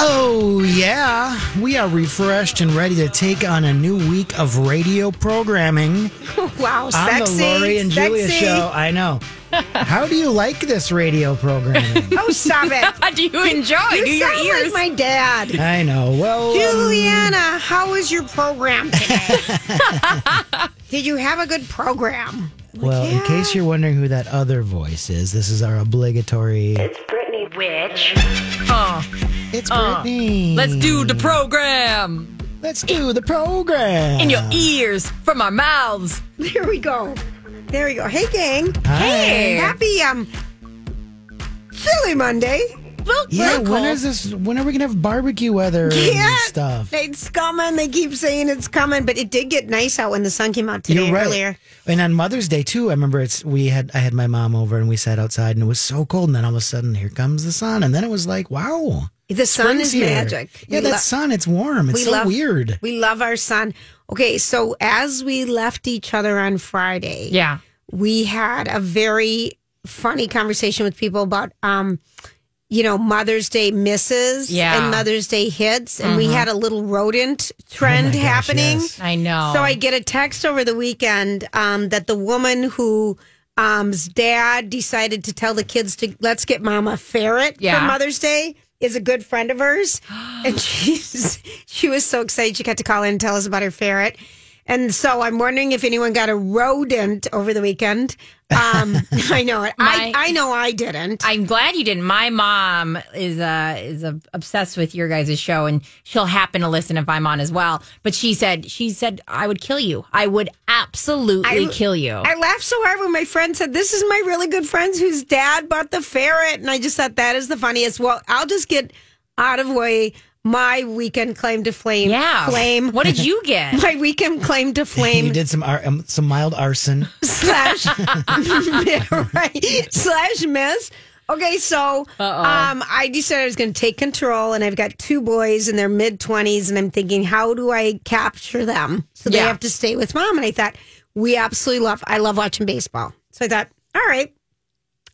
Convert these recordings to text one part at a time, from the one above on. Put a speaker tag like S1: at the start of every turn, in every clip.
S1: Oh, yeah. We are refreshed and ready to take on a new week of radio programming
S2: wow,
S1: on
S2: sexy.
S1: the Lori and
S2: sexy.
S1: Julia show. I know. How do you like this radio programming?
S2: Oh, stop it.
S3: How do you enjoy?
S2: You
S3: do your
S2: sound
S3: ears?
S2: like my dad.
S1: I know. Well, um,
S2: Juliana, how was your program today? Did you have a good program?
S1: well, in case you're wondering who that other voice is, this is our obligatory.
S3: Uh,
S1: It's Brittany.
S3: let's do the program
S1: Let's do the program.
S3: in your ears from our mouths.
S2: There we go. There we go. Hey, gang.
S1: Hi.
S2: Happy um, Silly Monday.
S3: Look,
S1: Yeah.
S3: look,
S1: When
S3: look.
S1: is this? When are we gonna have barbecue weather and stuff?
S2: It's coming. They keep saying it's coming, but it did get nice out when the sun came out today
S1: You're right.
S2: earlier.
S1: And on Mother's Day too, I remember it's we had I had my mom over and we sat outside and it was so cold and then all of a sudden here comes the sun and then it was like wow,
S2: The sun
S1: spring's
S2: is
S1: here.
S2: magic.
S1: Yeah,
S2: We
S1: that
S2: lo-
S1: sun, it's warm. It's so weird.
S2: We love our son. Okay, so as we left each other on Friday,
S3: yeah.
S2: we had a very funny conversation with people about um you know Mother's Day misses
S3: Yeah. Mm-hmm.
S2: and Mother's Day hits and we had a little rodent trend
S1: Oh gosh,
S2: happening.
S1: yes.
S3: I know.
S2: So I get a text over the weekend um that the woman who um's dad decided to tell the kids to let's get mom a ferret
S3: Yeah.
S2: for Mother's Day is a good friend of hers and she's she was so excited she got to call in and tell us about her ferret. And so I'm wondering if anyone got a rodent over the weekend. Um, I know it.
S3: My-
S2: I, I know I didn't.
S3: I'm glad you didn't. My mom is uh is uh, obsessed with your guys' show, and she'll happen to listen if I'm on as well. But she said she said I would kill you. I would absolutely
S2: I-
S3: kill you.
S2: I laughed so hard when my friend said, This is my really good friend's whose dad bought the ferret. And I just thought that is the funniest. Well, I'll just get out of way my weekend claim to flame.
S3: yeah.
S2: Flame.
S3: What did you get?
S2: my weekend claim to
S1: You
S2: flame
S1: did some ar- um, some mild arson.
S2: slash right slash miss. Okay, so um, I decided I was going to take control, and I've got two boys in their mid twenties, and I'm thinking, how do I capture them so they
S3: Yeah.
S2: have to stay with mom? And I thought, we absolutely love. I love watching baseball, so I thought, all right,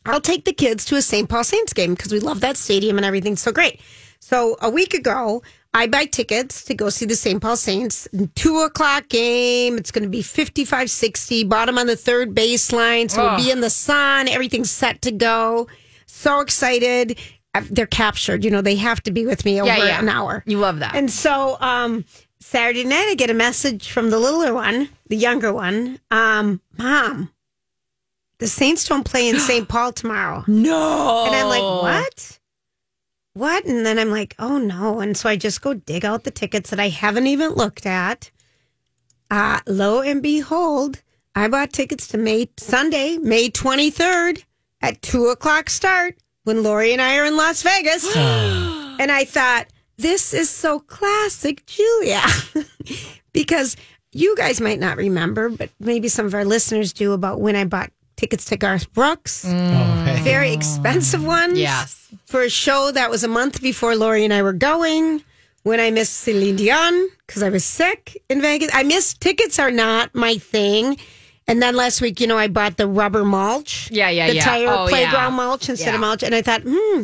S2: I'll take the kids to a St. Paul Saints game because we love that stadium and everything's so great. So a week ago, I buy tickets to go see the St. Paul Saints. Two o'clock game. It's going to be 55 60. Bottom on the third baseline. So we'll be in the sun. Everything's set to go. So excited. Uh, They're captured. You know, they have to be with me over
S3: yeah.
S2: an hour.
S3: You love that.
S2: And so um, Saturday night, I get a message from the littler one, the younger one. Um, Mom, the Saints don't play in St. Paul tomorrow.
S3: no.
S2: And I'm like, what? What? And then I'm like, oh no. And so I just go dig out the tickets that I haven't even looked at. Uh, lo and behold, I bought tickets to May Sunday, May 23rd at two o'clock start when Lori and I are in Las Vegas. and I thought, this is so classic, Julia. because you guys might not remember, but maybe some of our listeners do about when I bought tickets to Garth Brooks very expensive ones.
S3: Yes.
S2: For a show that was a month before Lori and I were going, when I missed Celine Dion because I was sick in Vegas. I missed tickets are not my thing. And then last week, you know, I bought the rubber mulch.
S3: Yeah, yeah,
S2: the
S3: yeah.
S2: tire
S3: Oh,
S2: playground
S3: yeah.
S2: mulch instead of
S3: Yeah.
S2: mulch. And I thought, hmm,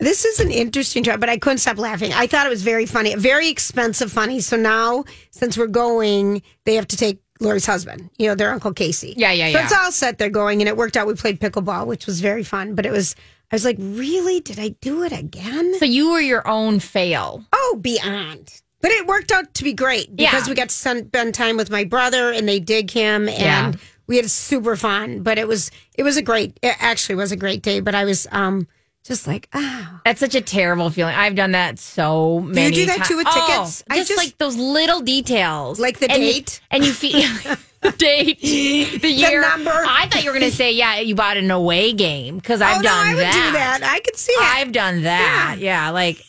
S2: this is an interesting try, but I couldn't stop laughing. I thought it was very funny, very expensive funny. So now, since we're going, they have to take Lori's husband, you know, their uncle Casey.
S3: Yeah, yeah,
S2: So it's
S3: yeah.
S2: all set. They're going, and it worked out. We played pickleball, which was very fun, but it was I was like, really? Did I do it again?
S3: So you were your own fail.
S2: Oh, beyond. But it worked out to be great because
S3: Yeah.
S2: we got to spend spend time with my brother and they dig him and
S3: Yeah.
S2: we had super fun. But it was it was a great it actually was a great day. But I was um just like ah
S3: That's such a terrible feeling. I've done that so many.
S2: do that
S3: ti-
S2: too with
S3: Oh,
S2: tickets? I
S3: just,
S2: just-
S3: like those little details,
S2: Like the
S3: And you-
S2: date?
S3: and you feel date, the year,
S2: number.
S3: I thought you were gonna say, yeah, you bought an away game because I've
S2: oh, no,
S3: done
S2: I would
S3: that.
S2: do that. I could see it.
S3: I've done that. Yeah, like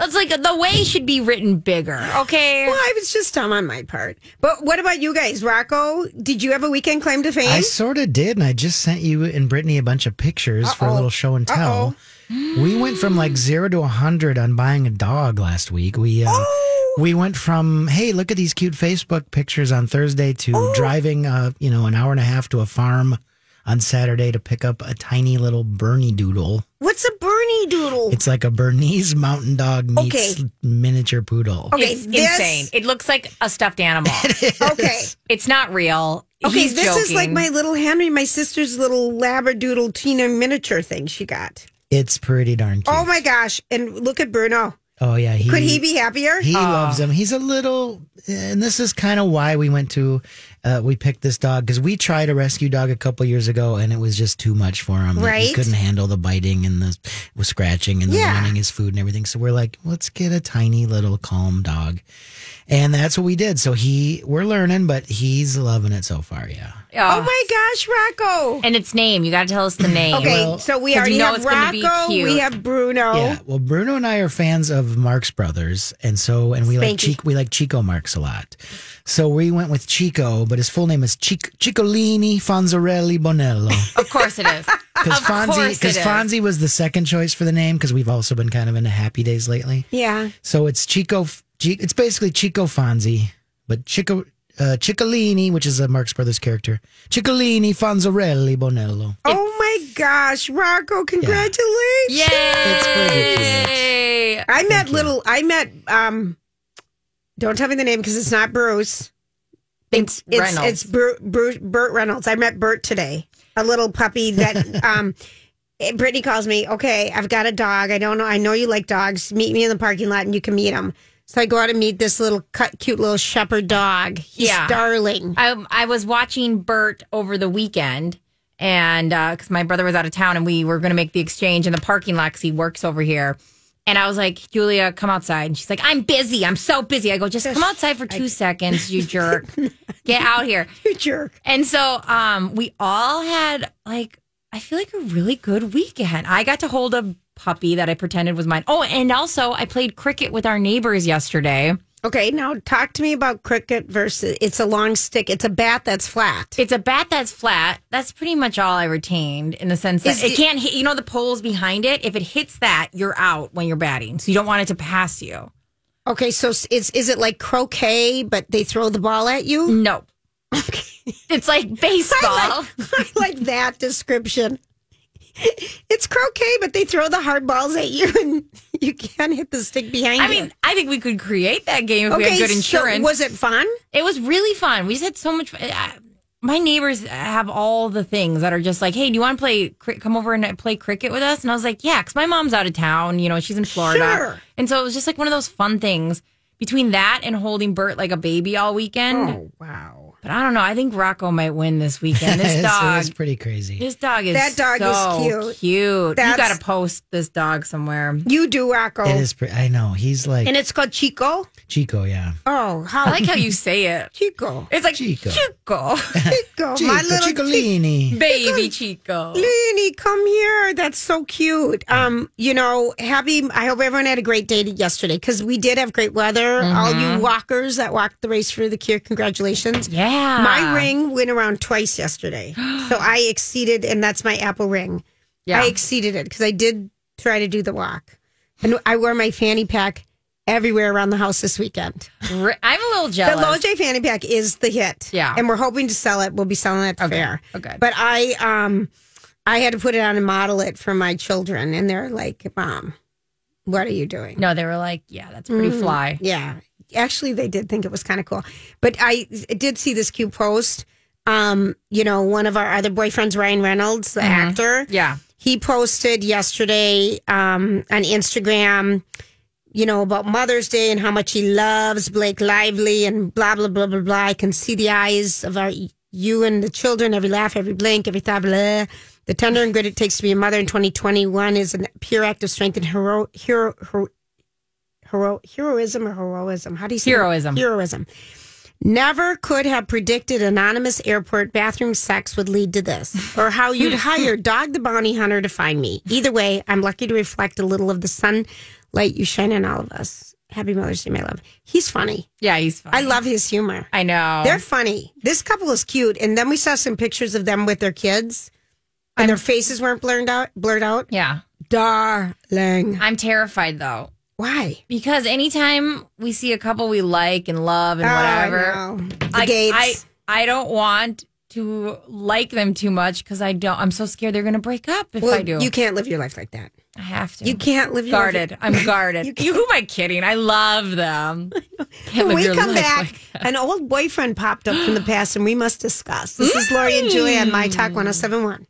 S3: it's like the way should be written bigger. Okay.
S2: well, I was just dumb on my part. But what about you guys? Rocco, did you have a weekend claim to fame?
S1: I sort of did, and I just sent you and Brittany a bunch of pictures for a little show and tell. We went from like
S2: Hmm.
S1: zero to a hundred on buying a dog last week. We um,
S2: Oh.
S1: we went from hey, look at these cute Facebook pictures on Thursday to
S2: Oh.
S1: driving uh, you know an hour and a half to a farm on Saturday to pick up a tiny little Bernie Doodle.
S2: What's a Bernie doodle?
S1: It's like a Bernese mountain dog meets
S2: Okay.
S1: miniature poodle.
S2: Okay,
S3: it's
S2: this-
S3: insane. It looks like a stuffed animal.
S2: Okay.
S3: it's not real.
S2: Okay,
S3: He's
S2: this is like
S3: joking.
S2: my little Henry, my sister's little labradoodle Tina miniature thing she got.
S1: It's pretty darn cute.
S2: Oh my gosh! And look at Bruno.
S1: Oh yeah, he,
S2: Could he be happier?
S1: He loves him. He's a little, and this is kind of why we went to, uh, we picked this dog because we tried a rescue dog a couple years ago and it was just too much for him. Like,
S2: Right.
S1: He couldn't handle the biting and the was scratching and the
S2: Yeah.
S1: wanting his food and everything. So we're like, let's get a tiny little calm dog. And that's what we did. So he, we're learning, but he's loving it so far. Yeah.
S3: Yeah.
S2: oh my gosh, Rocco!
S3: and its name. You got to tell us the name.
S2: Okay, so we
S3: 'cause you
S2: already
S3: know
S2: have
S3: it's gonna be
S2: Rocco.
S3: cute.
S2: We have Bruno.
S1: Yeah.
S3: Oh.
S1: Well, Bruno and I are fans of Marx Brothers, and so and we like
S2: Spanky.
S1: Chic, we like Chico Marx a lot. So we went with Chico, but his full name is Chic- Ciccolini Fonzarelli Bonello.
S3: Of course it is.
S1: Because
S3: Of course
S1: Fonzie,
S3: it
S1: because
S3: is.
S1: Fonzie was the second choice for the name, because we've also been kind of into Happy Days lately.
S2: Yeah.
S1: So it's Chico. F- Chi- It's basically Chico Fonzie, but Chico uh, Ciccolini, which is a Marx Brothers character, Ciccolini Fonzarelli Bonello.
S2: oh my gosh, Rocco! Congratulations!
S3: Yay!
S1: pretty
S2: I met little. I met. um Don't tell me the name because it's not Bruce.
S3: It's,
S2: It's
S3: Reynolds.
S2: it's Bru Bru Burt Reynolds. I met Burt today, a little puppy that um, eh, Brittany calls me. Okay, I've got a dog. I don't know. I know you like dogs. Meet me in the parking lot, and you can meet him. So I go out and meet this little cut, cute little shepherd dog. He's
S3: Yeah.
S2: darling.
S3: I, I was watching Bert over the weekend, and because my brother was out of town, and we were going to make the exchange in the parking lot because he works over here. And I was like, Julia, come outside. And she's like, I'm busy. I'm so busy. I go, just come outside for two seconds, you jerk. Get out here.
S2: You jerk.
S3: And so um, we all had like I feel like a really good weekend. I got to hold a puppy that I pretended was mine. Oh, and also I played cricket with our neighbors yesterday.
S2: Okay, now talk to me about cricket versus. It's a long stick. It's a bat that's flat.
S3: It's a bat that's flat. That's pretty much all I retained in the sense that
S2: Is
S3: it
S2: it-
S3: can't hit. You know the poles behind it. If it hits that, you're out when you're batting. So you don't want it to pass you.
S2: Okay, so s- it's is it like croquet, but they throw the ball at you?
S3: No, it's like baseball.
S2: I like, I like that description. It's croquet, but they throw the hard balls at you, and you can't hit the stick behind
S3: I
S2: you.
S3: mean, I think we could create that game if we had good
S2: so
S3: insurance.
S2: was it fun?
S3: It was really fun. We just had so much. fun. I- My neighbors have all the things that are just like, hey, do you want to play? cri- Come over and play cricket with us. And I was like, yeah, because my mom's out of town. You know, she's in Florida,
S2: Sure.
S3: and so it was just like one of those fun things. Between that and holding Bert like a baby all weekend,
S2: Oh, wow,
S3: but I don't know. I think Rocco might win this weekend. This
S1: It's- it
S3: dog,
S1: was pretty crazy.
S3: this dog is
S2: That dog is
S3: so
S2: cute.
S3: Cute. You
S2: That's-
S3: got to post this dog somewhere.
S2: you do Rocco,
S1: It is. Pre- I know he's like
S2: and it's called Chico.
S1: Chico. Yeah.
S2: Oh, how
S3: I like how you say it.
S2: Chico,
S1: Eh,
S3: It's like
S1: Chico.
S3: Chico,
S2: Chico, my little Chico.
S1: Ciccolini.
S3: baby Chico.
S2: Lenny, come here. That's so cute. Um, you know, happy. I hope everyone had a great day yesterday because we did have great weather. All you
S3: Mm-hmm.
S2: walkers that walked the race for the cure, congratulations.
S3: Yeah,
S2: My ring went around twice yesterday. so I exceeded, and that's my Apple ring.
S3: Yeah.
S2: I exceeded it because I did try to do the walk. And I wore my fanny pack everywhere around the house this weekend.
S3: Re- I'm a little
S2: The
S3: jealous.
S2: Low J fanny pack is the hit.
S3: Yeah.
S2: And we're hoping to sell it. We'll be selling it at the fair.
S3: okay.
S2: But I um I had to put it on and model it for my children and they're like, Mom, what are you doing?
S3: no, they were like, yeah, that's pretty fly.
S2: Yeah. Actually, they did think it was kind of cool. But I did see this cute post. Um, you know, one of our other boyfriends, Ryan Reynolds, the actor,
S3: Mm-hmm. Yeah.
S2: he posted yesterday um, on Instagram, you know, about Mother's Day and how much he loves Blake Lively and blah, blah, blah, blah, blah. I can see the eyes of our you and the children, every laugh, every blink, every thought, blah. The tender and grit it takes to be a mother in 2021 is a pure act of strength and hero, hero, hero, hero, heroism or heroism. How do you say it?
S3: Heroism.
S2: Heroism. Never could have predicted anonymous airport bathroom sex would lead to this, or how you'd hire Dog the Bounty Hunter to find me. Either way, I'm lucky to reflect a little of the sunlight you shine on all of us. Happy Mother's Day, my love. He's funny.
S3: Yeah, he's fine.
S2: I love his humor.
S3: I know.
S2: They're funny. This couple is cute. And then we saw some pictures of them with their kids, and their faces weren't blurred out. Blurred out.
S3: yeah.
S2: Darling,
S3: I'm terrified though.
S2: why?
S3: Because anytime we see a couple we like and love and
S2: Oh, I
S3: whatever,
S2: know. The
S3: like,
S2: gates.
S3: I I don't want to like them too much because I don't. I'm so scared they're going to break up if
S2: well,
S3: I do.
S2: you can't live your life like that.
S3: I have to.
S2: You can't live your life-
S3: guarded. I'm guarded. you, who am I kidding? I love them. Can't
S2: When
S3: live
S2: we
S3: your
S2: come
S3: life
S2: back,
S3: like-
S2: an old boyfriend popped up from the past and we must discuss. This is Lori and Julia on My Talk 1071.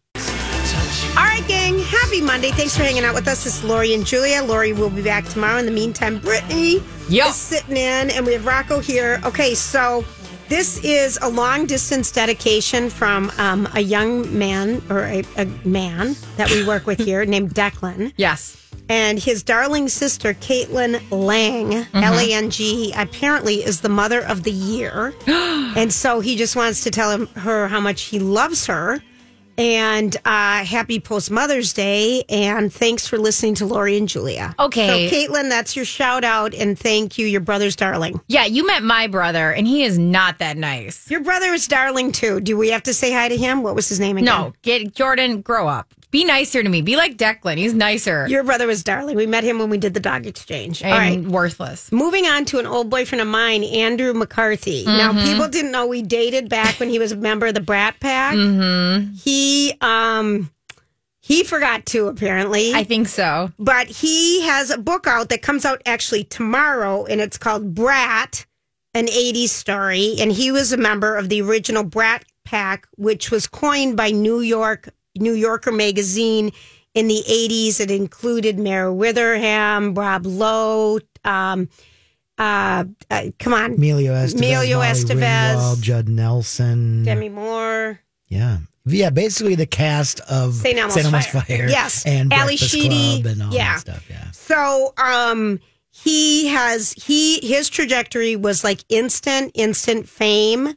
S2: All right, gang. Happy Monday. Thanks for hanging out with us. This is Lori and Julia. Lori will be back tomorrow. In the meantime, Brittany
S3: Yo.
S2: is sitting in and we have Rocco here. Okay, so this is a long distance dedication from um, a young man or a, a man that we work with here named Declan
S3: yes.
S2: and his darling sister Caitlin Lang,
S3: Mm-hmm.
S2: L A N G, apparently is the mother of the year, and so he just wants to tell him, her how much he loves her, and uh, happy post Mother's Day, and thanks for listening to Lori and Julia.
S3: Okay.
S2: so Caitlin, that's your shout out, and thank you, your brother's darling.
S3: Yeah, you met my brother, and he is not that nice.
S2: Your brother is darling too. Do we have to say hi to him? What was his name again?
S3: No, get Jordan, grow up. Be nicer to me. Be like Declan. He's nicer
S2: Your brother was darling. We met him when we did the dog exchange.
S3: and
S2: All right.
S3: worthless.
S2: Moving on to an old boyfriend of mine, Andrew McCarthy. Now, people didn't know we dated back when he was a member of the Brat Pack. He um he forgot to apparently,
S3: I think so.
S2: but he has a book out that comes out actually tomorrow, and it's called Brat, an '80s story. And he was a member of the original Brat Pack, which was coined by New York New Yorker magazine in the '80s. It included Mayor Witherham, Rob Lowe. Um, uh, uh, come on,
S1: Emilio Estevez,
S2: Emilio
S1: Molly
S2: Estevez.
S1: Ringwald, Judd Nelson.
S2: Demi Moore.
S1: Yeah. Yeah, basically the cast of
S2: St. Elmo's Fire. Yes.
S1: And
S2: Ally
S1: Breakfast
S2: Sheedy.
S1: Club and all
S2: Yeah.
S1: that stuff. Yeah.
S2: So, um, he has he his trajectory was like instant, instant fame,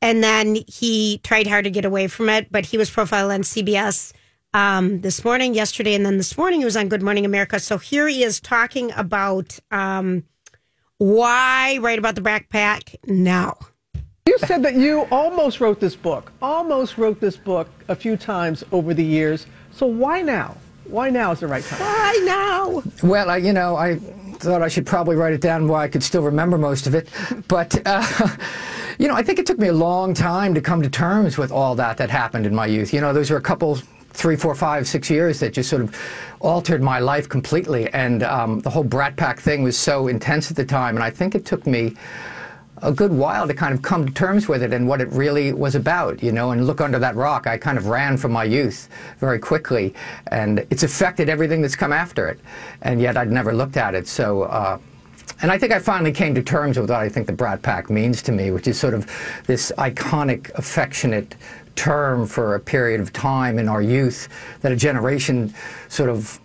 S2: and then he tried hard to get away from it. But he was profiled on CBS um, this morning, yesterday, and then this morning he was on Good Morning America. So here he is talking about um, why write about the backpack now.
S4: You said that you almost wrote this book, almost wrote this book a few times over the years. So why now? Why now is the right time?
S2: Why now?
S5: Well, I, you know, I thought I should probably write it down while I could still remember most of it. But, uh, you know, I think it took me a long time to come to terms with all that that happened in my youth. You know, those were a couple, three, four, five, six years that just sort of altered my life completely. And um, the whole Brat Pack thing was so intense at the time. And I think it took me a good while to kind of come to terms with it and what it really was about, you know, and look under that rock. I kind of ran from my youth very quickly, and it's affected everything that's come after it. And yet I'd never looked at it. So, uh, and I think I finally came to terms with what I think the Brat Pack means to me, which is sort of this iconic, affectionate term for a period of time in our youth that a generation sort of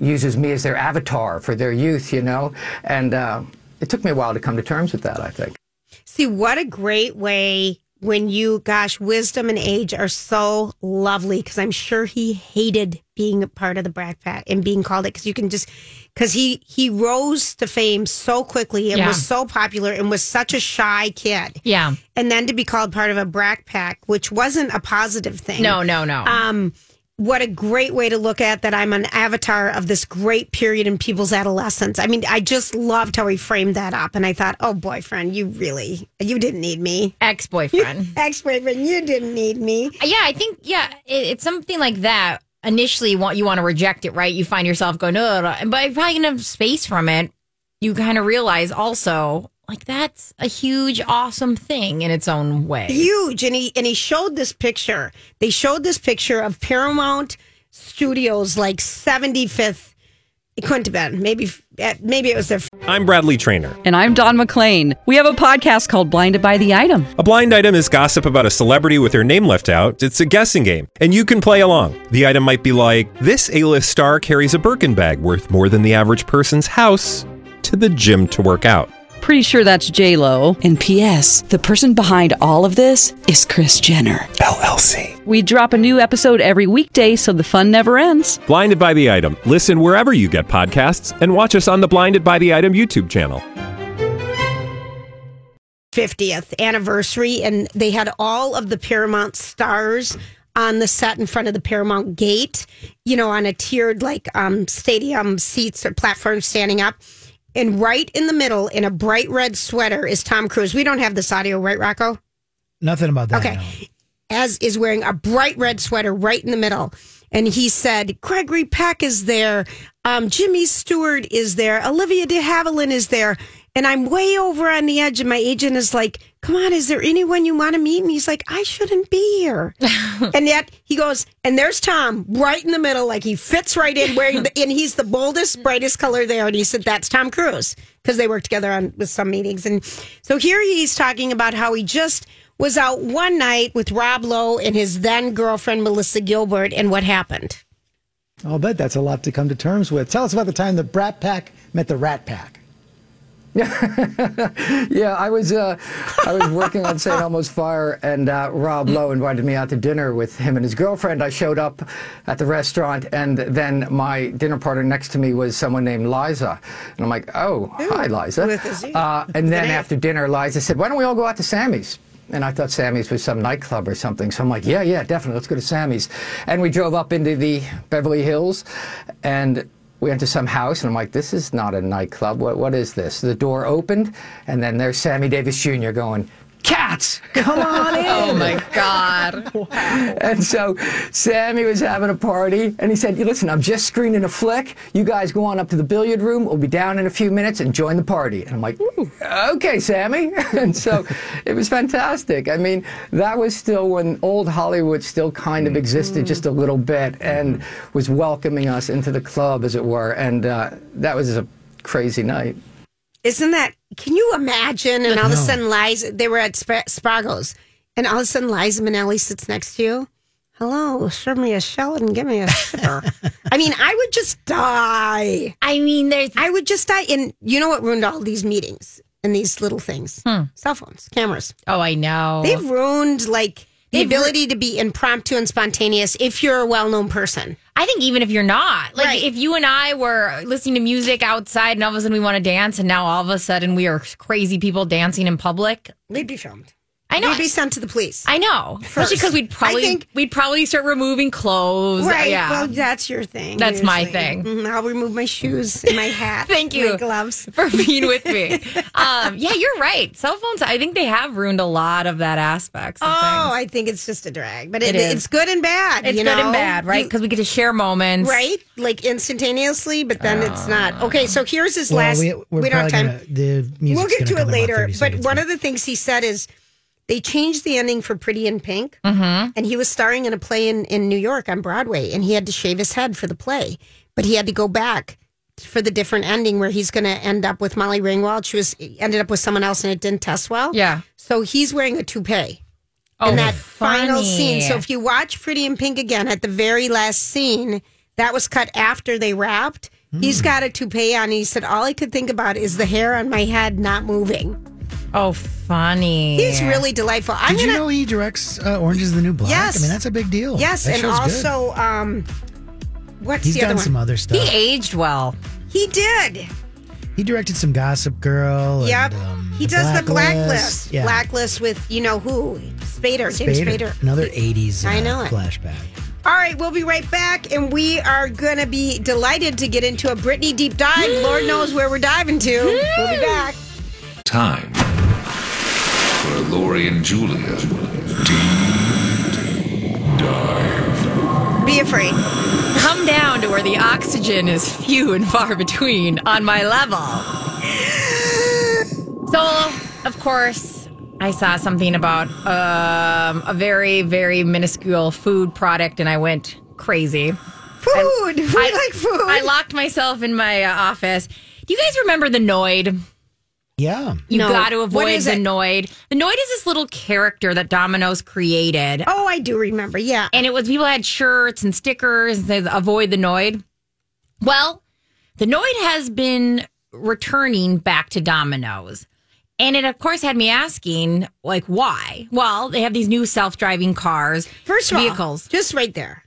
S5: uses me as their avatar for their youth, you know? And uh, it took me a while to come to terms with that, I think.
S2: See, what a great way when you, gosh, wisdom and age are so lovely because I'm sure he hated being a part of the Brat Pack and being called it because you can just, because he, he rose to fame so quickly and
S3: Yeah.
S2: was so popular and was such a shy kid.
S3: Yeah.
S2: And then to be called part of a Brat Pack, which wasn't a positive thing.
S3: No, no, no.
S2: Um, what a great way to look at that I'm an avatar of this great period in people's adolescence. I mean, I just loved how he framed that up. And I thought, oh, boyfriend, you really, you didn't need me.
S3: Ex boyfriend.
S2: Ex boyfriend, you didn't need me.
S3: Yeah, I think yeah, it, it's something like that. Initially, you want you want to reject it, right? You find yourself going, no, but if I can have space from it, you kind of realize also like that's a huge, awesome thing in its own way.
S2: Huge. And he, and he showed this picture. They showed this picture of Paramount Studios, like 75th. It couldn't have been. Maybe, eh, maybe it was their
S6: I'm Bradley Trainer.
S7: And I'm Don McClain. We have a podcast called Blinded by the Item.
S6: A blind item is gossip about a celebrity with their name left out. It's a guessing game, and you can play along. The item might be like this: A-list star carries a Birkin bag worth more than the average person's house to the gym to work out.
S7: Pretty sure that's J Lo.
S8: And P.S. The person behind all of this is Chris Jenner.
S6: LLC.
S7: We drop a new episode every weekday, so the fun never ends.
S6: Blinded by the item. Listen wherever you get podcasts, and watch us on the Blinded by the Item YouTube channel.
S2: 50th anniversary, and they had all of the Paramount stars on the set in front of the Paramount Gate, you know, on a tiered like um, stadium seats or platform standing up. And right in the middle, in a bright red sweater, is Tom Cruise. We don't have this audio, right, Rocco?
S1: Nothing about that.
S2: Okay.
S1: no.
S2: As is wearing a bright red sweater right in the middle. And he said, Gregory Peck is there. Um, Jimmy Stewart is there. Olivia de Havilland is there. And I'm way over on the edge. And my agent is like, Come on, is there anyone you want to meet? And he's like, I shouldn't be here. and yet he goes, And there's Tom right in the middle. Like he fits right in wearing, the, and he's the boldest, brightest color there. And he said, That's Tom Cruise. Because they work together on with some meetings. And so here he's talking about how he just was out one night with Rob Lowe and his then girlfriend Melissa Gilbert, and what happened?
S9: I'll bet that's a lot to come to terms with. Tell us about the time the Brat Pack met the Rat Pack.
S5: yeah, I was uh, I was working on St. Elmo's Fire, and uh, Rob Lowe invited me out to dinner with him and his girlfriend. I showed up at the restaurant, and then my dinner partner next to me was someone named Liza, and I'm like, "Oh, hi, Liza."
S2: with a Z.
S5: Uh, and then after dinner, Liza said, "Why don't we all go out to Sammy's?" And I thought Sammy's was some nightclub or something. So I'm like, "Yeah, yeah, definitely, let's go to Sammy's." And we drove up into the Beverly Hills, and we went to some house, and I'm like, this is not a nightclub. What, what is this? The door opened, and then there's Sammy Davis Jr. going, Cats, come on in.
S3: Oh my God.
S5: And so Sammy was having a party, and he said, Listen, I'm just screening a flick. You guys go on up to the billiard room. We'll be down in a few minutes and join the party. And I'm like, Okay, Sammy. And so it was fantastic. I mean, that was still when old Hollywood still kind of
S3: Mm-hmm.
S5: existed just a little bit and was welcoming us into the club, as it were. And uh, that was a crazy night.
S2: Isn't that? Can you imagine? And all of a
S1: No.
S2: sudden, Liza, they were at Sp- Spragos, and all of a sudden, Liza Minnelli sits next to you. Hello, serve me a shell and give me a shiver. I mean, I would just die.
S3: I mean, there's.
S2: I would just die. And you know what ruined all these meetings and these little things? Cell phones, cameras.
S3: Hmm. Oh, I know.
S2: They've ruined like the
S3: They've ru-
S2: ability to be impromptu and spontaneous if you're a well-known person.
S3: I think even if you're not, like
S2: Right.
S3: if you and I were listening to music outside and all of a sudden we want to dance and now all of a sudden we are crazy people dancing in public.
S2: We'd be filmed.
S3: I know.
S2: We'd be sent to the police.
S3: I know. Especially because we'd probably
S2: think-
S3: we'd probably start removing clothes.
S2: right.
S3: Yeah.
S2: Well, that's your thing.
S3: That's my thing.
S2: Mhm, I'll remove my shoes and my hat.
S3: Thank
S2: and my
S3: you.
S2: gloves.
S3: for being with me. Um, yeah, you're right. Cell phones, I think they have ruined a lot of that aspect. of
S2: Oh,
S3: things.
S2: I think it's just a drag, but it,
S3: It is.
S2: it's good and bad.
S3: it's
S2: you
S3: good
S2: know?
S3: and bad, right?
S2: You-
S3: Because we get to share moments.
S2: right, like instantaneously, but then it's not.
S3: Ah.
S2: Okay, so here's his
S1: Well,
S2: last.
S1: we, we're
S2: we don't have
S1: probably Gonna,
S2: time.
S1: the music's
S2: we'll
S1: gonna
S2: get to it
S1: come in about
S2: later.
S1: 30
S2: But
S1: seconds,
S2: one of the things he said is they changed the ending for Pretty in Pink, and he was starring in a play in, in New York on Broadway, and he had to shave his head for the play, but he had to go back for the different ending where he's going to end up with Molly Ringwald. She was ended up with someone else, and it didn't test well.
S3: Yeah.
S2: So he's wearing a toupee
S3: Oh,
S2: in that final
S3: funny.
S2: scene. So if you watch Pretty in Pink again at the very last scene, that was cut after they wrapped. He's
S1: Hmm.
S2: got a toupee on. And he said, All I could think about is the hair on my head not moving.
S3: Oh, funny.
S2: He's really delightful. I'm
S1: Did you
S2: going to.
S1: know he directs uh, Orange is the New Black?
S2: Yes.
S1: I mean, that's a big deal.
S2: Yes,
S1: That
S2: and
S1: show's good.
S2: also, um, what's
S1: he's
S2: the
S1: done
S2: other
S1: some uh,
S2: one?
S1: other
S3: He
S1: stuff. He,
S3: aged well.
S2: He did.
S1: directed some Gossip Girl.
S2: Yep.
S1: And, um,
S2: he does the blacklist.
S1: Yeah.
S2: Blacklist with, you know who? Spader. James
S1: Spader.
S2: Spader.
S1: Another 80s uh,
S2: I know it.
S1: flashback.
S2: All right, we'll be right back, and we are going to be delighted to get into a Britney deep dive. Lord knows where we're diving to. We'll be back.
S10: Time for Lori and Julia.
S2: Be afraid.
S3: Come down to where the oxygen is few and far between on my level. So, of course, I saw something about um, a very, very minuscule food product and I went crazy. Food. I, I like food. I locked myself in my uh, office. Do you guys remember the Noid?
S1: Yeah.
S3: You
S1: No.
S3: got to
S1: What
S3: avoid
S1: is
S3: the
S1: it?
S3: Noid. The Noid is this little character that Domino's created. Oh, I do remember. Yeah. And it was people had shirts and stickers and says avoid the Noid. Well, the Noid has been returning back to Domino's. And it, of course, had me asking, like, why? Well, they have these new self driving cars,
S2: First of all,
S3: vehicles.
S2: just right there.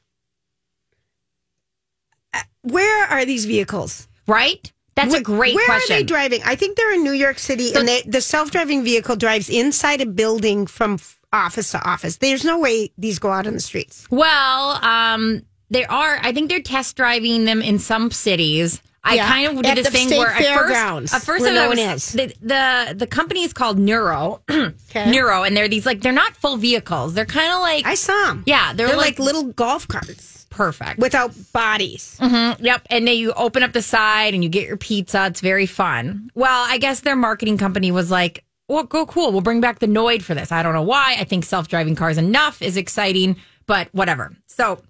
S2: Uh, Where are these vehicles?
S3: Right? That's a great
S2: where
S3: question.
S2: are they driving? I think they're in New York City, and they, the self-driving vehicle drives inside a building from f- office to office. There's no way these go out on the streets.
S3: Well, um, they are. I think they're test driving them in some cities. I
S2: Yeah,
S3: kind of did
S2: at
S3: this
S2: the
S3: thing
S2: state
S3: where at
S2: fairgrounds,
S3: first, at first
S2: where
S3: I
S2: no
S3: was-
S2: one is.
S3: The, the the company is called Neuro, Neuro, and they're these like they're not full vehicles. They're kind of like I
S2: saw them.
S3: Yeah, they're,
S2: They're like
S3: like,
S2: little golf carts.
S3: Perfect.
S2: Without bodies.
S3: Mm-hmm. Yep. And then you open up the side and you get your pizza. It's very fun. Well, I guess their marketing company was like, well, go cool. We'll bring back the Noid for this. I don't know why. I think self driving cars enough is exciting, but whatever. So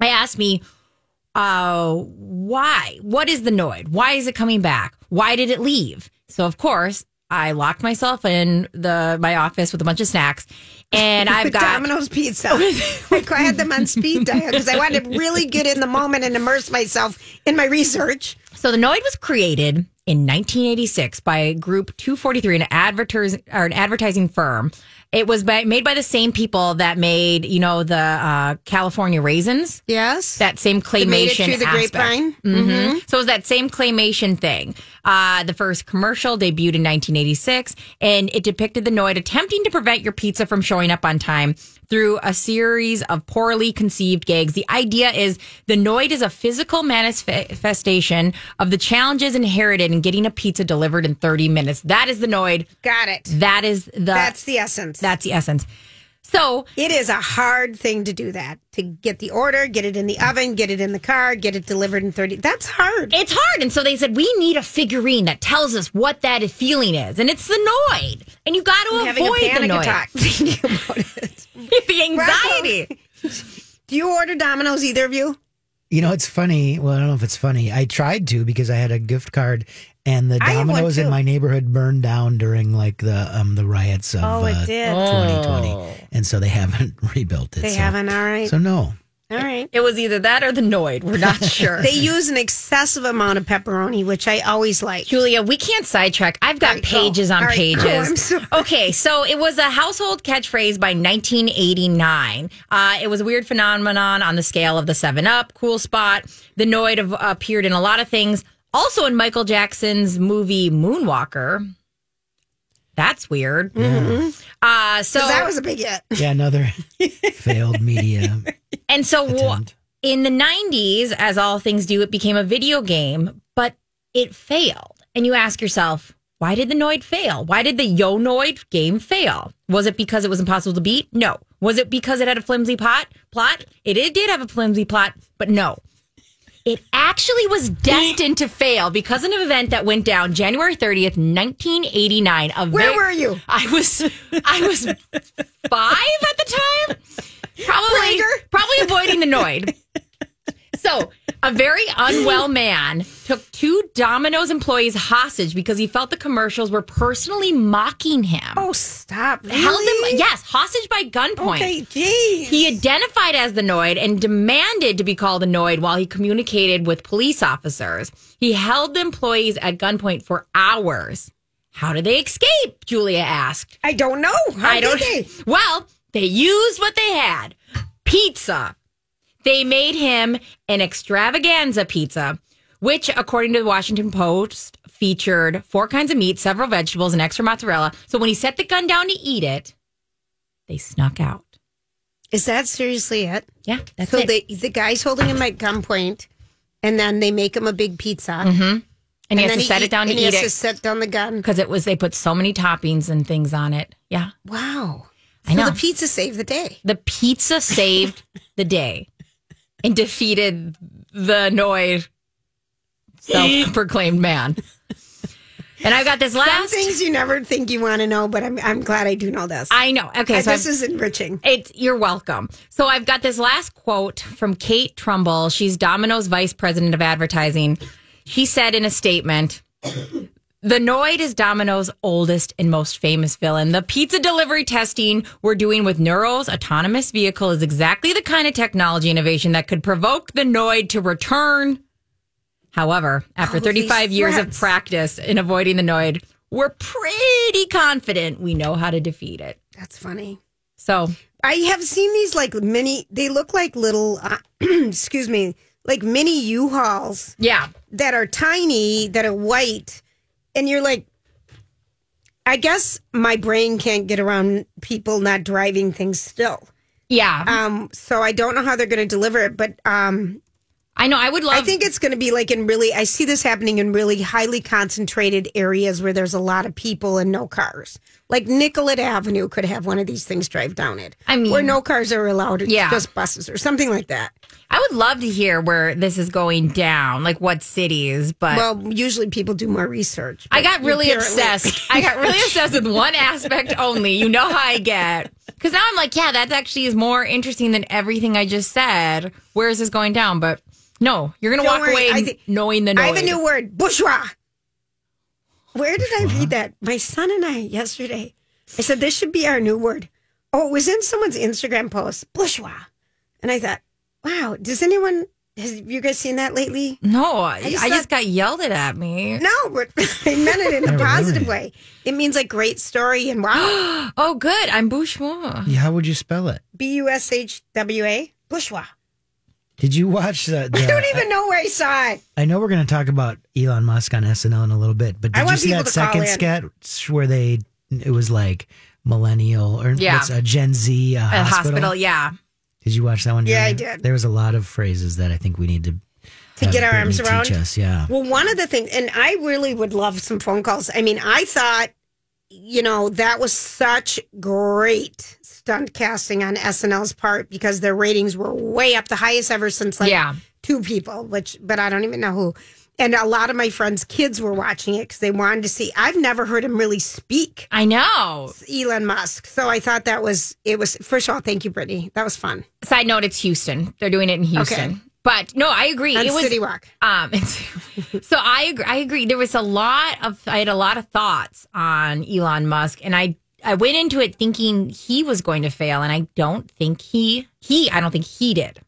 S3: I asked me, uh, why? What is the Noid? Why is it coming back? Why did it leave? So of course I locked myself in the my office with a bunch of snacks, and I've
S2: With
S3: got
S2: Domino's pizza. I had them on speed dial because I wanted to really get in the moment and immerse myself in my research.
S3: So the Noid was created in 1986 by Group 243, an advertising or an advertising firm. It was by, made by the same people that made you know the uh, California raisins.
S2: Yes,
S3: that same claymation.
S2: made it through the
S3: aspect.
S2: grapevine.
S3: Mhm.
S2: Mhm.
S3: So it was that same claymation thing. Uh, the first commercial debuted in 1986, and it depicted the Noid attempting to prevent your pizza from showing up on time through a series of poorly conceived gigs. The idea is the Noid is a physical manifestation of the challenges inherited in getting a pizza delivered in 30 minutes. That is the Noid.
S2: Got it.
S3: That is the.
S2: That's the essence.
S3: That's the essence. So
S2: it is a hard thing to do that to get the order, get it in the oven, get it in the car, get it delivered in 30. That's hard.
S3: It's hard. And so they said, we need a figurine that tells us what that feeling is. And it's the Noid. And you got to
S2: I'm
S3: avoid
S2: having a panic
S3: the Noid.
S2: attack thinking about it.
S3: the anxiety.
S2: Do you order Domino's, either of you?
S1: You know, it's funny. Well, I don't know if it's funny. I tried to because I had a gift card, and the
S2: I had one
S1: Domino's in
S2: too.
S1: my neighborhood burned down during like the um the riots of
S2: Oh, it
S1: uh,
S2: did.
S1: 2020, and so they haven't rebuilt it.
S2: They
S1: so.
S2: haven't. All right.
S1: So no.
S2: All right.
S3: It was either that or the Noid. We're not sure.
S2: They use an excessive amount of pepperoni, which I always like.
S3: Julia, we can't sidetrack. I've got pages on
S2: All right,
S3: pages.
S2: go. I'm sorry.
S3: Okay, so it was a household catchphrase by 1989. Uh, it was a weird phenomenon on the scale of the Seven Up, Cool Spot. The Noid have appeared in a lot of things, also in Michael Jackson's movie Moonwalker. That's weird. Uh, so
S2: 'Cause that was a big hit.
S1: Yeah, another failed media.
S3: And so in the 90s, as all things do, it became a video game, but it failed. And you ask yourself, why did the Noid fail? Why did the Yo Noid game fail? Was it because it was impossible to beat? No. Was it because it had a flimsy pot plot? It, it did have a flimsy plot, but no. It actually was destined to fail because of an event that went down January 30th, 1989. A
S2: Where
S3: ve-
S2: were you?
S3: I was I was five at the time. Probably probably avoiding the Noid. So a very unwell man took two Domino's employees hostage because he felt the commercials were personally mocking him.
S2: Oh, stop.
S3: Held
S2: Really?
S3: him, yes, hostage by gunpoint.
S2: Okay, geez.
S3: He identified as the Noid and demanded to be called the Noid while he communicated with police officers. He held the employees at gunpoint for hours. How did they escape? Julia asked.
S2: I don't know. How
S3: I don't.
S2: did
S3: Well, they used what they had pizza. They made him an extravaganza pizza, which, according to the Washington Post, featured four kinds of meat, several vegetables, and extra mozzarella. So when he set the gun down to eat it, they snuck out.
S2: Is that seriously it?
S3: Yeah, that's
S2: so
S3: it.
S2: They, the guy's holding him at gunpoint, and then they make him a big pizza. Mm-hmm. And,
S3: And he has
S2: then
S3: to set it down to
S2: and he
S3: eat
S2: has
S3: it.
S2: to set down the gun.
S3: because it was they put so many toppings and things on it. Yeah,
S2: Wow.
S3: I
S2: So
S3: know.
S2: the pizza saved the day.
S3: the pizza saved the day and defeated the annoyed self-proclaimed man. And I've got this last.
S2: Some things you never think you want to know, but I'm, I'm glad I do know this.
S3: I know. Okay,
S2: I-
S3: so
S2: this
S3: I've-
S2: is enriching.
S3: It's you're welcome. So I've got this last quote from Kate Trumbull. She's Domino's vice president of advertising. She said in a statement, "The Noid is Domino's oldest and most famous villain. The pizza delivery testing we're doing with Neuro's autonomous vehicle is exactly the kind of technology innovation that could provoke the Noid to return." However, after
S11: Holy
S3: 35 years of
S11: smokes.
S3: practice in avoiding the Noid, we're pretty confident we know how to defeat it.
S2: That's funny.
S3: So
S2: I have seen these like mini. They look like little. Uh, excuse me, like mini U-Hauls.
S3: Yeah,
S2: that are tiny, that are white, and you're like, I guess my brain can't get around people not driving things still.
S3: Yeah.
S2: Um. So I don't know how they're going to deliver it, but um.
S3: I know. I would love.
S2: I think it's going to be like in really. I see this happening in really highly concentrated areas where there's a lot of people and no cars. Like Nicollet Avenue could have one of these things drive down it.
S3: I mean-
S2: where no cars are allowed. It's
S3: Yeah.
S2: Just buses or something like that.
S3: I would love to hear where this is going down, like what cities, but
S2: well, usually people do more research.
S3: I got
S2: but
S3: really
S2: apparently-
S3: obsessed. I got really obsessed with one aspect only. You know how I get. Because now I'm like, yeah, that actually is more interesting than everything I just said. Where is this going down? But no, you're going to
S2: Don't
S3: walk
S2: worry,
S3: away
S2: I thi-
S3: knowing the noise.
S2: I have a new word, bourgeois. Where did I read that? My son and I yesterday. I said this should be our new word. Oh, it was in someone's Instagram post, bourgeois. And I thought, wow, does anyone has you guys seen that lately?
S3: No, I, I
S2: just
S3: just, got yelled at at me.
S2: No, but I meant it in a positive way. It means like great story and wow.
S3: oh, good. I'm bourgeois.
S1: Yeah, How would you spell it?
S2: B U S H W A, bourgeois.
S1: Did you watch the? the
S2: I don't even know where I saw it.
S1: I know we're going to talk about Elon Musk on SNL in a little bit, but
S2: I
S1: did you
S2: want
S1: see
S2: people
S1: that
S2: to call
S1: second
S2: in.
S1: sketch where they it was like millennial or
S3: Yeah.
S1: what's a Gen Z uh,
S3: At
S1: hospital?
S3: hospital, yeah.
S1: Did you watch that one?
S2: Yeah, I
S1: Julia?
S2: did.
S1: There was a lot of phrases that I think we need to
S2: to
S1: have
S2: get our
S1: Brittany
S2: arms around.
S1: Teach us, yeah.
S2: Well, one of the things, and I really would love some phone calls. I mean, I thought, you know, that was such great stunt casting on SNL's part because their ratings were way up, the highest ever since like
S3: Yeah.
S2: two people, which, but I don't even know who. And a lot of my friends' kids were watching it because they wanted to see. I've never heard him really speak,
S3: I know.
S2: Elon Musk. So I thought that was, it was, first of all, thank you, Brittany. That was fun.
S3: Side note, it's Houston. They're doing it in Houston.
S2: Okay.
S3: But no, I agree.
S2: On
S3: it was
S2: City Walk.
S3: Um, it's- so I agree, I agree. There was a lot of I had a lot of thoughts on Elon Musk, and I I went into it thinking he was going to fail, and I don't think he he I don't think he did,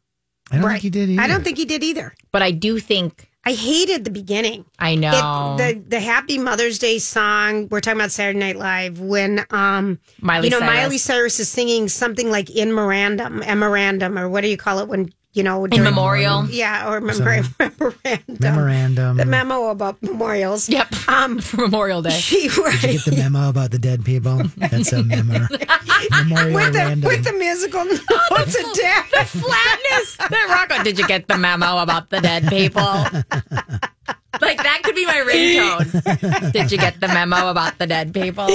S1: I don't think he did either.
S2: I don't think he did either.
S3: but I do think
S2: I hated the beginning.
S3: I know
S2: It, the the Happy Mother's Day song. We're talking about Saturday Night Live when um
S3: Miley
S2: you know
S3: Cyrus.
S2: Miley Cyrus is singing something like in Mirandum, memorandum, or what do you call it when you know
S3: in memorial.
S2: Yeah, or memor- memorandum,
S1: Memorandum.
S2: the memo about memorials.
S3: Yep,
S2: Um,
S3: for Memorial Day.
S2: she
S1: Did you
S2: right
S1: get the memo about the dead people? That's a memo. Memorial
S2: with the
S1: random.
S2: with the
S3: Oh,
S2: musical notes of
S3: the
S2: death.
S3: flatness that Rocco. Did you get the memo about the dead people? like that could be my ringtone. Did you get the memo about the dead people?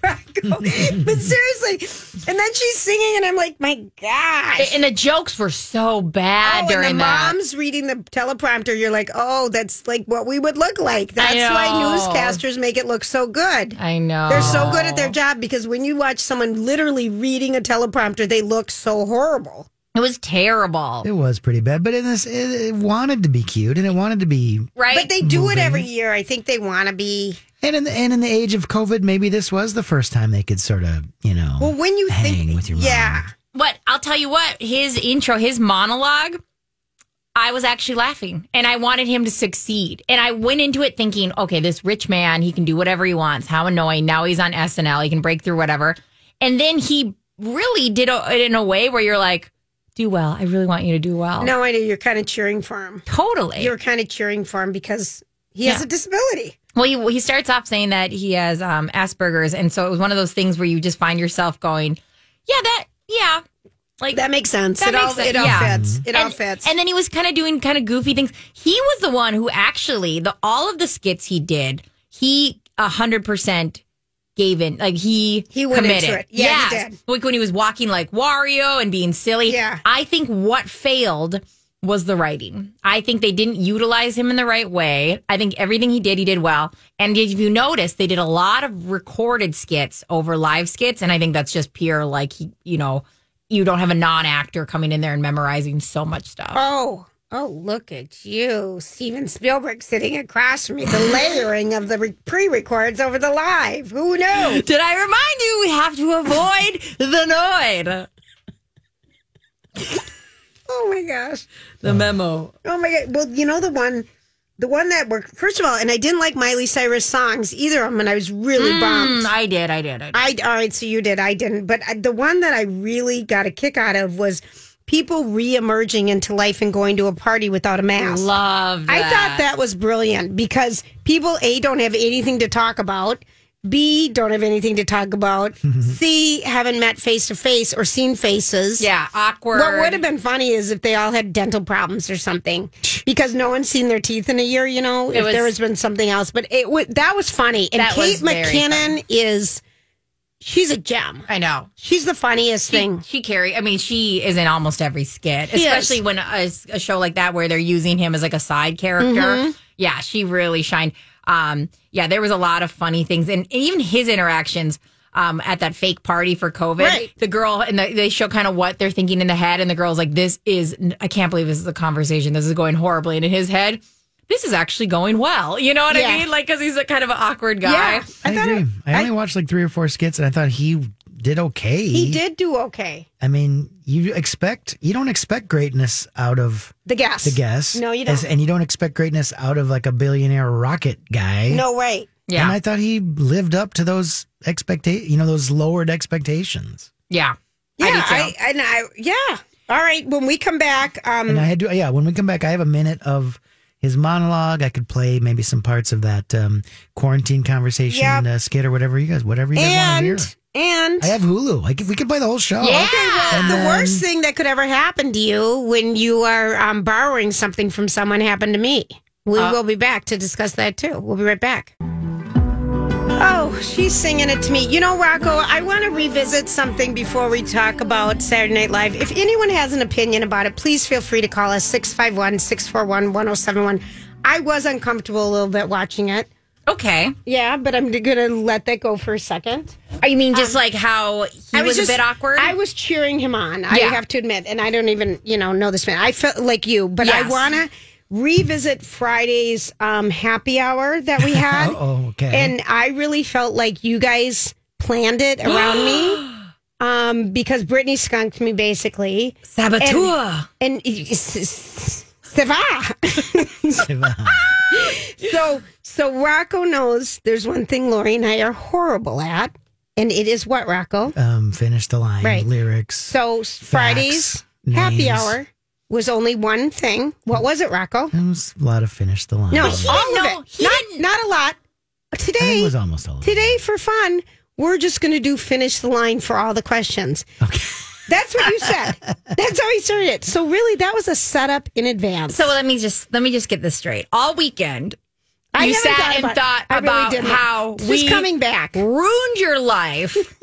S2: but seriously, and then she's singing, and I'm like, my gosh.
S3: And the jokes were so bad
S2: Oh,
S3: during
S2: and the
S3: that.
S2: mom's reading the teleprompter. You're like, oh, that's like what we would look like. That's why
S3: know.
S2: newscasters make it look so good.
S3: I know
S2: They're so good at their job because when you watch someone literally reading a teleprompter, they look so horrible.
S3: It was terrible,
S1: It was pretty bad, but in this, it, it wanted to be cute and it wanted to be.
S3: right?
S2: But they do it every year. I think they want to be.
S1: And in the and in the age of COVID, maybe this was the first time they could sort of, you know,
S2: Well, when you
S1: hang
S2: think,
S1: with your
S2: yeah,
S3: what I'll tell you what his intro, his monologue. I was actually laughing and I wanted him to succeed. And I went into it thinking, okay, this rich man, he can do whatever he wants. How annoying. Now he's on SNL. He can break through whatever. And then he really did it in a way where you're like, do well. I really want you to do well.
S2: no, I know you're kind of cheering for him.
S3: totally.
S2: You're kind of cheering for him because he has
S3: Yeah.
S2: a disability.
S3: Well, he, he starts off saying that he has um, Asperger's, and so it was one of those things where you just find yourself going, "Yeah, that, yeah, like
S2: That makes sense.
S3: That
S2: it all,
S3: makes sense,
S2: It all
S3: yeah.
S2: fits. It all
S3: and,
S2: fits.
S3: and then he was kind of doing kind of goofy things. He was the one who actually the all of the skits he did, he hundred percent gave in. Like he
S2: He went into
S3: committed.
S2: it. Yeah, he
S3: Yes.
S2: did.
S3: Like when he was walking like Wario and being silly.
S2: Yeah.
S3: I think what failed was the writing. I think they didn't utilize him in the right way. I think everything he did, he did well. And if you notice, they did a lot of recorded skits over live skits. And I think that's just pure, like, he, you know, you don't have a non actor coming in there and memorizing so much stuff.
S2: Oh, oh, look at you, Steven Spielberg sitting across from me. The layering of the re- pre-records over the live. Who knew?
S3: Did I remind you we have to avoid the noid?
S2: Oh my gosh.
S3: The memo.
S2: Oh my god. Well, you know the one the one that worked first of all, and I didn't like Miley Cyrus songs either of them, and I was really
S3: Mm,
S2: bummed.
S3: I did, I did, I did.
S2: I all right, so you did, I didn't. But I- the one that I really got a kick out of was people re-emerging into life and going to a party without a mask.
S3: Love
S2: I thought that was brilliant because people a don't have anything to talk about. B don't have anything to talk about. C haven't met face to face or seen faces.
S3: Yeah, awkward.
S2: What would have been funny is if they all had dental problems or something, because no one's seen their teeth in a year. You know,
S3: It
S2: if
S3: was-
S2: there has been something else, but it w- that was funny. And
S3: That was
S2: Kate
S3: very
S2: McKinnon is she's a gem.
S3: I know.
S2: She's the funniest thing.
S3: She carry. I mean, she is in almost every skit,
S2: She is.
S3: especially when a, a show like that where they're using him as like a side character.
S2: Mhm.
S3: Yeah, she really shined. Um, yeah, there was a lot of funny things, and, and even his interactions um, at that fake party for COVID.
S2: Right.
S3: The girl and the, they show kind of what they're thinking in the head, and the girl's like, "This is I can't believe this is a conversation. This is going horribly," and in his head. This is actually going well. You know what
S2: Yeah.
S3: I mean? Like, because he's a kind of an awkward guy.
S2: Yeah,
S1: I,
S2: thought
S1: agree.
S2: it-
S1: I only watched like three or four skits, and I thought he did okay.
S2: he did do okay.
S1: I mean, you expect you don't expect greatness out of
S2: The guess.
S1: the guest,
S2: No, you don't.
S1: as- and you don't expect greatness out of like a billionaire rocket guy.
S2: no way.
S3: Yeah.
S1: and I thought he lived up to those expectations. You know, those lowered expectations.
S3: Yeah.
S2: Yeah,
S3: do too.
S2: I, and I yeah. All right, when we come back, um,
S1: And I had to, yeah. When we come back, I have a minute of his monologue. I could play maybe some parts of that um, quarantine conversation
S2: Yep.
S1: uh, skit or whatever you guys, whatever you guys want to hear.
S2: and and
S1: I have Hulu. I could, we could play the whole show.
S3: Yeah.
S2: Okay, well,
S1: And
S2: the
S1: then-
S2: worst thing that could ever happen to you when you are um, borrowing something from someone happened to me. We
S1: Uh.
S2: will be back to discuss that too. We'll be right back. Oh, she's singing it to me. You know, Rocco, I want to revisit something before we talk about Saturday Night Live. If anyone has an opinion about it, please feel free to call us 651 641 1071. I was uncomfortable a little bit watching it.
S3: Okay.
S2: Yeah, but I'm going to let that go for a second.
S3: You mean just like how he Um, was, a bit awkward?
S2: I was cheering him on. I
S3: Yeah.
S2: have to admit, and I don't even you know know this man. I felt like you, but I
S3: Yes.
S2: want to revisit Friday's um, happy hour that we had,
S1: Oh, okay.
S2: and I really felt like you guys planned it around me. Um, because Brittany skunked me basically,
S3: Saboteur.
S2: and Seva. so, so Rocco knows there's one thing Lori and I are horrible at, and it is what Rocco.
S1: um, finish the line,
S2: Right.
S1: lyrics.
S2: So Friday's happy
S1: names.
S2: hour was only one thing. What was it, Rocco?
S1: It was a lot of finish the line.
S2: No,
S1: I think
S2: all
S3: know.
S2: of it.
S3: He
S2: Not,
S3: didn't-
S2: not a lot.
S1: it
S2: Today,
S1: was almost all. of it.
S2: today for fun, we're just going to do finish the line for all the questions.
S1: Okay.
S2: That's what you said. That's how he started it. So really, that was a setup in advance.
S3: so let me just let me just get this straight. All weekend,
S2: I
S3: you
S2: haven't
S3: sat and
S2: about it.
S3: thought
S2: I really
S3: about
S2: didn't.
S3: how
S2: It's
S3: we
S2: just coming back.
S3: ruined your life.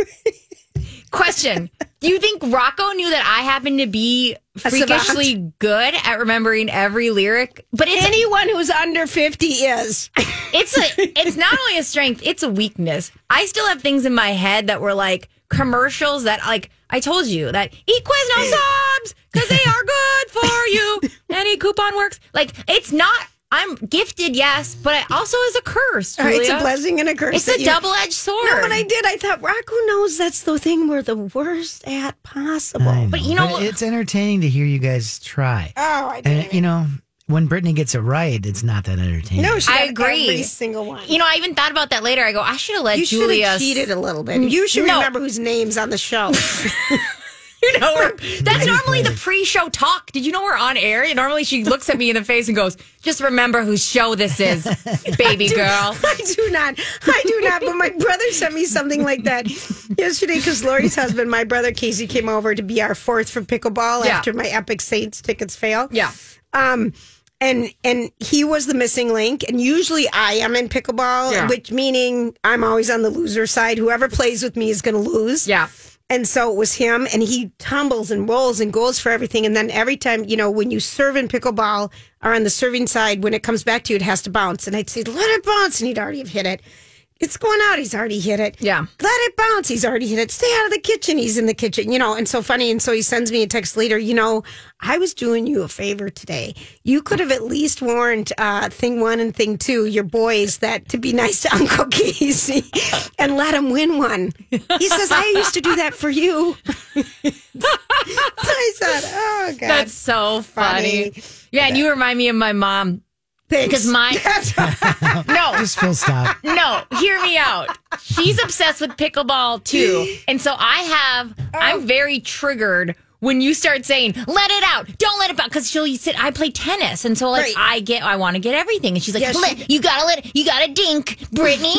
S3: Question: Do you think Rocco knew that I happened to be
S2: savant?
S3: freakishly good at remembering every lyric? But it's
S2: Anyone who's under fifty is.
S3: it's a it's not only a strength it's a weakness i still have things in my head that were like commercials that like i told you that eat quiznos subs because they are good for you any coupon works like it's not i'm gifted yes but it also is a curse
S2: All right, it's a
S3: Julia.
S2: blessing and a curse.
S3: It's
S2: that
S3: a
S2: you-
S3: double-edged sword
S2: No, but I did. I thought Rocco knows that's the thing we're the worst at possible.
S1: I
S3: But you know what-
S1: it's entertaining to hear you guys try.
S2: Oh, I
S1: And you know, when Brittany gets it right, it's not that entertaining.
S2: No, she
S3: I
S2: got
S3: agree.
S2: Every single one.
S3: you know i even thought about that later i go i should have let
S2: you should
S3: julia
S2: have cheated a little bit. You should
S3: Mm. No.
S2: remember whose names on the show.
S3: you know we're- that's normally the pre-show talk did you know we're on air and normally she looks at me in the face and goes just remember whose show this is baby girl
S2: I do not. I do not. But my brother sent me something like that yesterday because Lori's husband, my brother Casey, came over to be our fourth for pickleball
S3: Yeah.
S2: after my Epic Saints tickets fail.
S3: yeah
S2: Um, and and he was the missing link. And usually I am in pickleball,
S3: Yeah.
S2: which meaning I'm always on the loser side. Whoever plays with me is going to lose.
S3: yeah
S2: And so it was him, and he tumbles and rolls and goes for everything. And then every time, you know, when you serve in pickleball or on the serving side, when it comes back to you, it has to bounce. And I'd say, let it bounce. And he'd already have hit it. It's going out. He's already hit it.
S3: Yeah. Let
S2: it bounce. He's already hit it. Stay out of the kitchen. He's in the kitchen, you know. And so funny. And so he sends me a text later, you know, I was doing you a favor today. You could have at least warned uh, thing one and thing two, your boys, that to be nice to Uncle Casey and let him win one. He says, I used to do that for you. I said, oh, God.
S3: That's so funny. Yeah, and you remind me of my mom.
S2: Thanks.
S3: Because my no,
S1: Just full stop.
S3: no, hear me out. She's obsessed with pickleball too. And so I have,
S2: Oh.
S3: I'm very triggered when you start saying, let it out. Don't let it out. Cause she'll sit, I play tennis. And so like,
S2: Right.
S3: I get, I want to get everything. And she's like,
S2: Yes,
S3: "Let-
S2: she-
S3: you gotta let, you gotta dink, Brittany.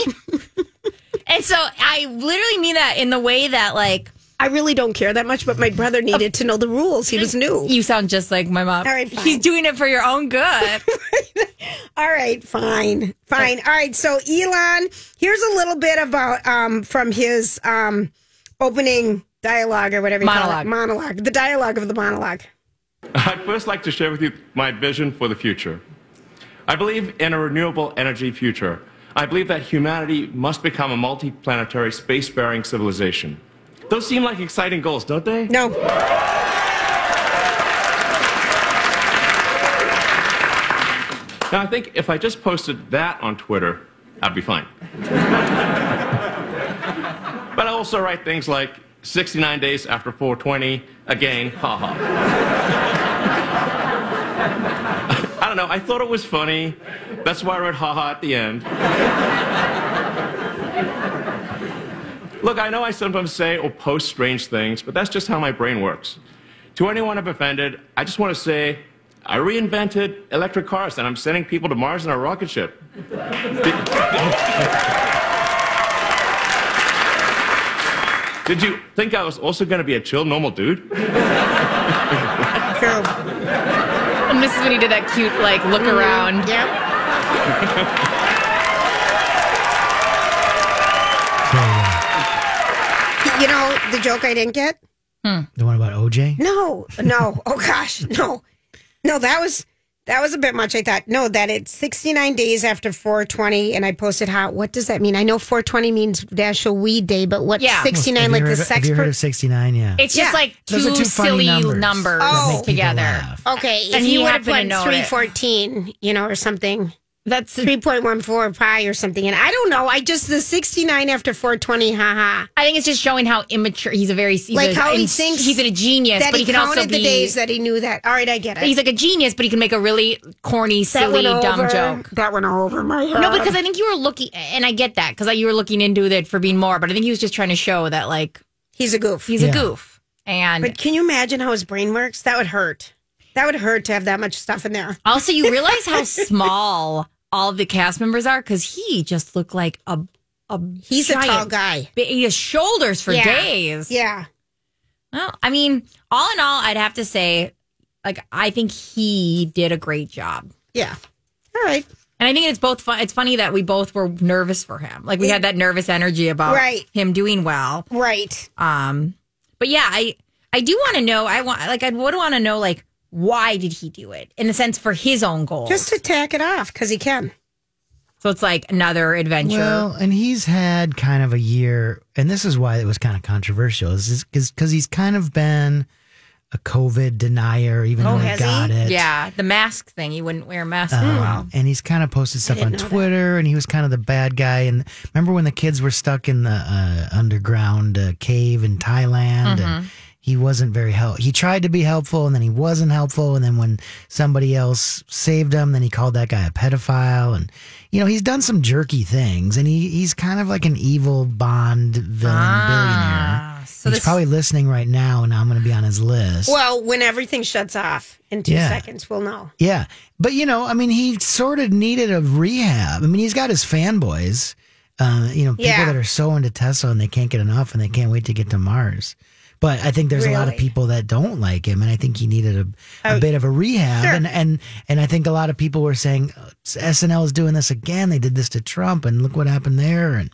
S3: and so I literally mean that in the way that like,
S2: I really don't care that much, but my brother needed to know the rules. He was new.
S3: you sound just like my mom.
S2: All right, fine.
S3: He's doing it for your own good.
S2: All right, fine, fine. All right, so Elon, here's a little bit about um, from his um, opening dialogue or whatever you call
S3: Monologue.
S2: it. Monologue. The dialogue of the monologue.
S11: I'd first like to share with you my vision for the future. I believe in a renewable energy future. I believe that humanity must become a multi planetary space faring civilization. Those seem like exciting goals, don't they?
S2: No.
S11: Now, I think if I just posted that on Twitter, I'd be fine. but I also write things like 69 days after 420, again, haha. I don't know, I thought it was funny. That's why I wrote haha at the end. Look, I know I sometimes say or post strange things, but that's just how my brain works. To anyone I've offended, I just want to say I reinvented electric cars and I'm sending people to Mars in a rocket ship. Did- Did you think I was also going to be a chill, normal dude?
S3: And this is when he did that cute like look around.
S2: Yeah. You know the joke I didn't get?
S1: The one about OJ?
S2: No, no. Oh gosh, no, no. That was that was a bit much. I thought no. That it's 69 days after 420, and I posted how. What does that mean? I know 420 means Dash a Weed Day, but what
S3: Yeah.
S2: 69
S1: Have
S2: like
S1: you
S2: the
S1: heard of- Have
S2: sex?
S1: you
S2: Per-
S1: heard of 69? Yeah.
S3: It's just
S2: Yeah. Oh.
S3: like two,
S1: Those are two funny
S3: silly numbers,
S1: numbers that make people
S3: together.
S1: laugh.
S2: okay, if
S3: And
S2: you
S3: you
S2: would have
S3: happen to
S2: put
S3: know it.
S2: 314, you know, or something.
S3: That's the-
S2: 3.14 pi or something, and I don't know. I just the 69 after 420. Haha.
S3: I think it's just showing how immature he's a very he's
S2: Like
S3: a-
S2: how he
S3: ins-
S2: thinks
S3: he's a genius,
S2: that
S3: but he,
S2: he
S3: can
S2: counted
S3: also
S2: the
S3: be
S2: days that he knew that. All right, I get it.
S3: he's like a genius, but he can make a really corny,
S2: that
S3: silly,
S2: went
S3: dumb
S2: over-
S3: joke.
S2: That went over my head.
S3: No, because I think you were looking, and I get that because you were looking into it for being more. But I think he was just trying to show that like
S2: he's a goof.
S3: he's
S1: Yeah.
S3: a goof, and
S2: But can you imagine how his brain works? That would hurt. That would hurt to have that much stuff in there.
S3: also you realize how small all the cast members are because he just looked like a a
S2: He's a tall
S3: giant
S2: guy.
S3: But he has shoulders for
S2: Yeah.
S3: days.
S2: Yeah.
S3: Well, I mean, all in all, I'd have to say, like, I think he did a great job.
S2: Yeah. All right.
S3: And I think it's both fun. It's funny that we both were nervous for him. Like we had that nervous energy about
S2: Right.
S3: him doing well.
S2: Right.
S3: Um, but yeah, I I do want to know. I want like I would want to know like why did he do it in the sense for his own goals.
S2: Just to tack it off because he can.
S3: so it's like another
S2: Oh,
S3: adventure.
S1: Well, and he's had kind of a year, and this is why it was kind of controversial, is because he's kind of been a COVID denier, even though he
S2: has he?
S1: got it.
S3: yeah, the mask thing. He wouldn't wear a mask.
S1: Um,
S3: for a while.
S1: And he's kind of posted stuff on Twitter, and he was kind of the bad guy. And remember when the kids were stuck in the uh, underground uh, cave in Thailand,
S3: Mm-hmm.
S1: and he wasn't very help. He tried to be helpful, and then he wasn't helpful. And then when somebody else saved him, then he called that guy a pedophile. And you know he's done some jerky things, and he he's kind of like an evil Bond villain billionaire.
S3: Ah, so
S1: he's
S3: this-
S1: probably listening right now, and I'm going to be on his list.
S2: Well, when everything shuts off in two
S1: Yeah.
S2: seconds, we'll know.
S1: Yeah. But, you know, I mean, he sort of needed a rehab. I mean, he's got his fanboys, uh, you know, people
S2: Yeah.
S1: that are so into Tesla and they can't get enough and they can't wait to get to Mars. But I think there's a lot of
S2: Really? Oh,
S1: people that don't like him, and I think he needed a, a bit of a rehab.
S2: sure.
S1: And, and and I think a lot of uh, people were saying "Oh, SNL is doing this again. They did this to Trump, and look what happened there. And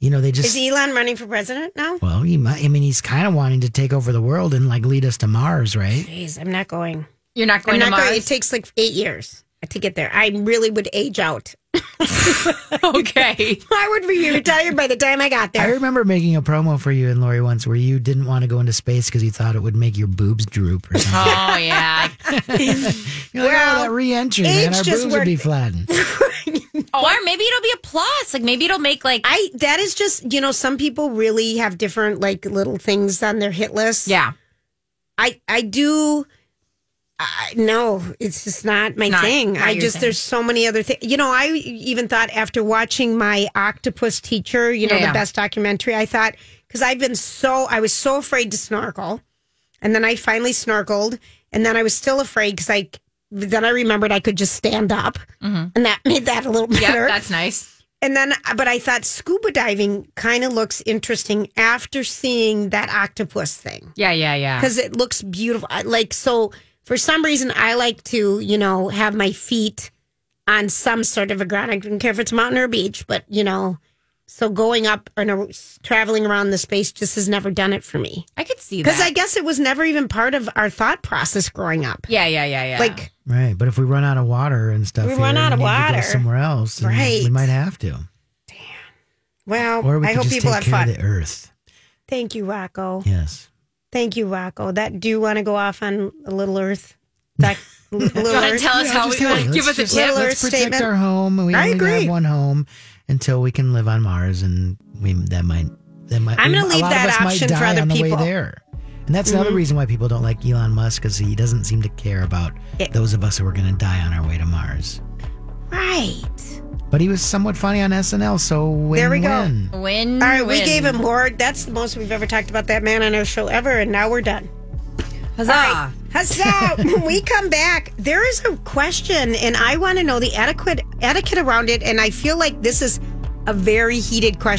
S1: You know, they just
S2: Is Elon running for president now?
S1: well, he might. I mean, he's kind of wanting to take over the world and like lead us to Mars, right?
S2: Jeez, I'm not going.
S3: You're not going
S2: I'm
S3: to
S2: not going.
S3: Mars?
S2: It takes like eight years to get there. I really would age out.
S3: okay.
S2: I would be retired by the time I got
S1: I
S2: there.
S1: remember making a promo for you and Lori once where you didn't want to go into space because you thought it would make your boobs droop or something.
S3: Oh yeah.
S1: You're like,
S2: Well,
S1: oh, that re-entry,
S2: age
S1: man, our
S2: just
S1: boobs would be
S2: worked-
S1: flattened.
S3: or maybe it'll be a plus. Like maybe it'll make like
S2: I that is just you know some people really have different like little things on their hit list.
S3: yeah.
S2: I I do. I, no, it's just not my
S3: Not-
S2: thing.
S3: not
S2: I
S3: your
S2: just
S3: thing.
S2: there's so many other things. You know, I even thought after watching my octopus teacher, you know,
S3: Yeah,
S2: the
S3: yeah.
S2: best documentary, I thought because I've been so I was so afraid to snorkel, and then I finally snorkeled, and then I was still afraid because I then I remembered I could just stand up, and that made that a little
S3: Yeah,
S2: better.
S3: Mm-hmm. that's nice.
S2: And then, but I thought scuba diving kind of looks interesting after seeing that octopus thing
S3: Yeah, yeah, yeah.
S2: because it looks beautiful. I- Like, so for some reason, I like to, you know, have my feet on some sort of a ground. I don't care if it's mountain or beach, but, you know, so going up and uh, traveling around the space just has never done it for me.
S3: I could see that.
S2: Because I guess it was never even part of our thought process growing up.
S3: yeah, yeah, yeah, yeah.
S2: Like,
S1: Right, but if we run out of water and stuff,
S2: We
S1: here,
S2: run out of
S1: need to go
S2: water.
S1: somewhere else, and
S2: Right.
S1: We might have to,
S2: well,
S1: or we
S2: I
S1: could
S2: hope
S1: just
S2: people
S1: take
S2: have
S1: care
S2: fun.
S1: of the Earth.
S2: Thank you, Rocco.
S1: Yes,
S2: Thank you, Rocco. That do you want to go off on a little Earth? Doc, little
S3: you want to
S2: Earth?
S3: tell us
S1: Yeah,
S3: how we
S1: just
S3: want
S1: hey,
S3: to give
S1: let's
S3: us a
S1: just-
S3: tip?
S2: Little
S1: Let's
S2: Earth
S1: protect
S2: statement.
S1: our home. We
S2: I
S1: only
S2: agree.
S1: have one home until we can live on Mars, and we that might that might.
S2: I'm
S1: we-
S2: gonna
S1: a
S2: leave
S1: lot of
S2: that
S1: us might
S2: option for
S1: die
S2: other
S1: on the way
S2: people. Mm-hmm.
S1: there. And that's another reason why people don't like Elon Musk because he doesn't seem to care about
S2: It-
S1: those of us who are going to die on our way to Mars.
S2: Right.
S1: But he was somewhat funny on SNL, so win,
S2: There we go.
S1: win.
S3: Win.
S2: All right, we gave him more. That's the most we've ever talked about that man on our show ever, and now we're done.
S3: Huzzah!
S2: Huzzah! when we come back, there is a question, and I want to know the adequate etiquette around it, and I feel like this is a very heated question.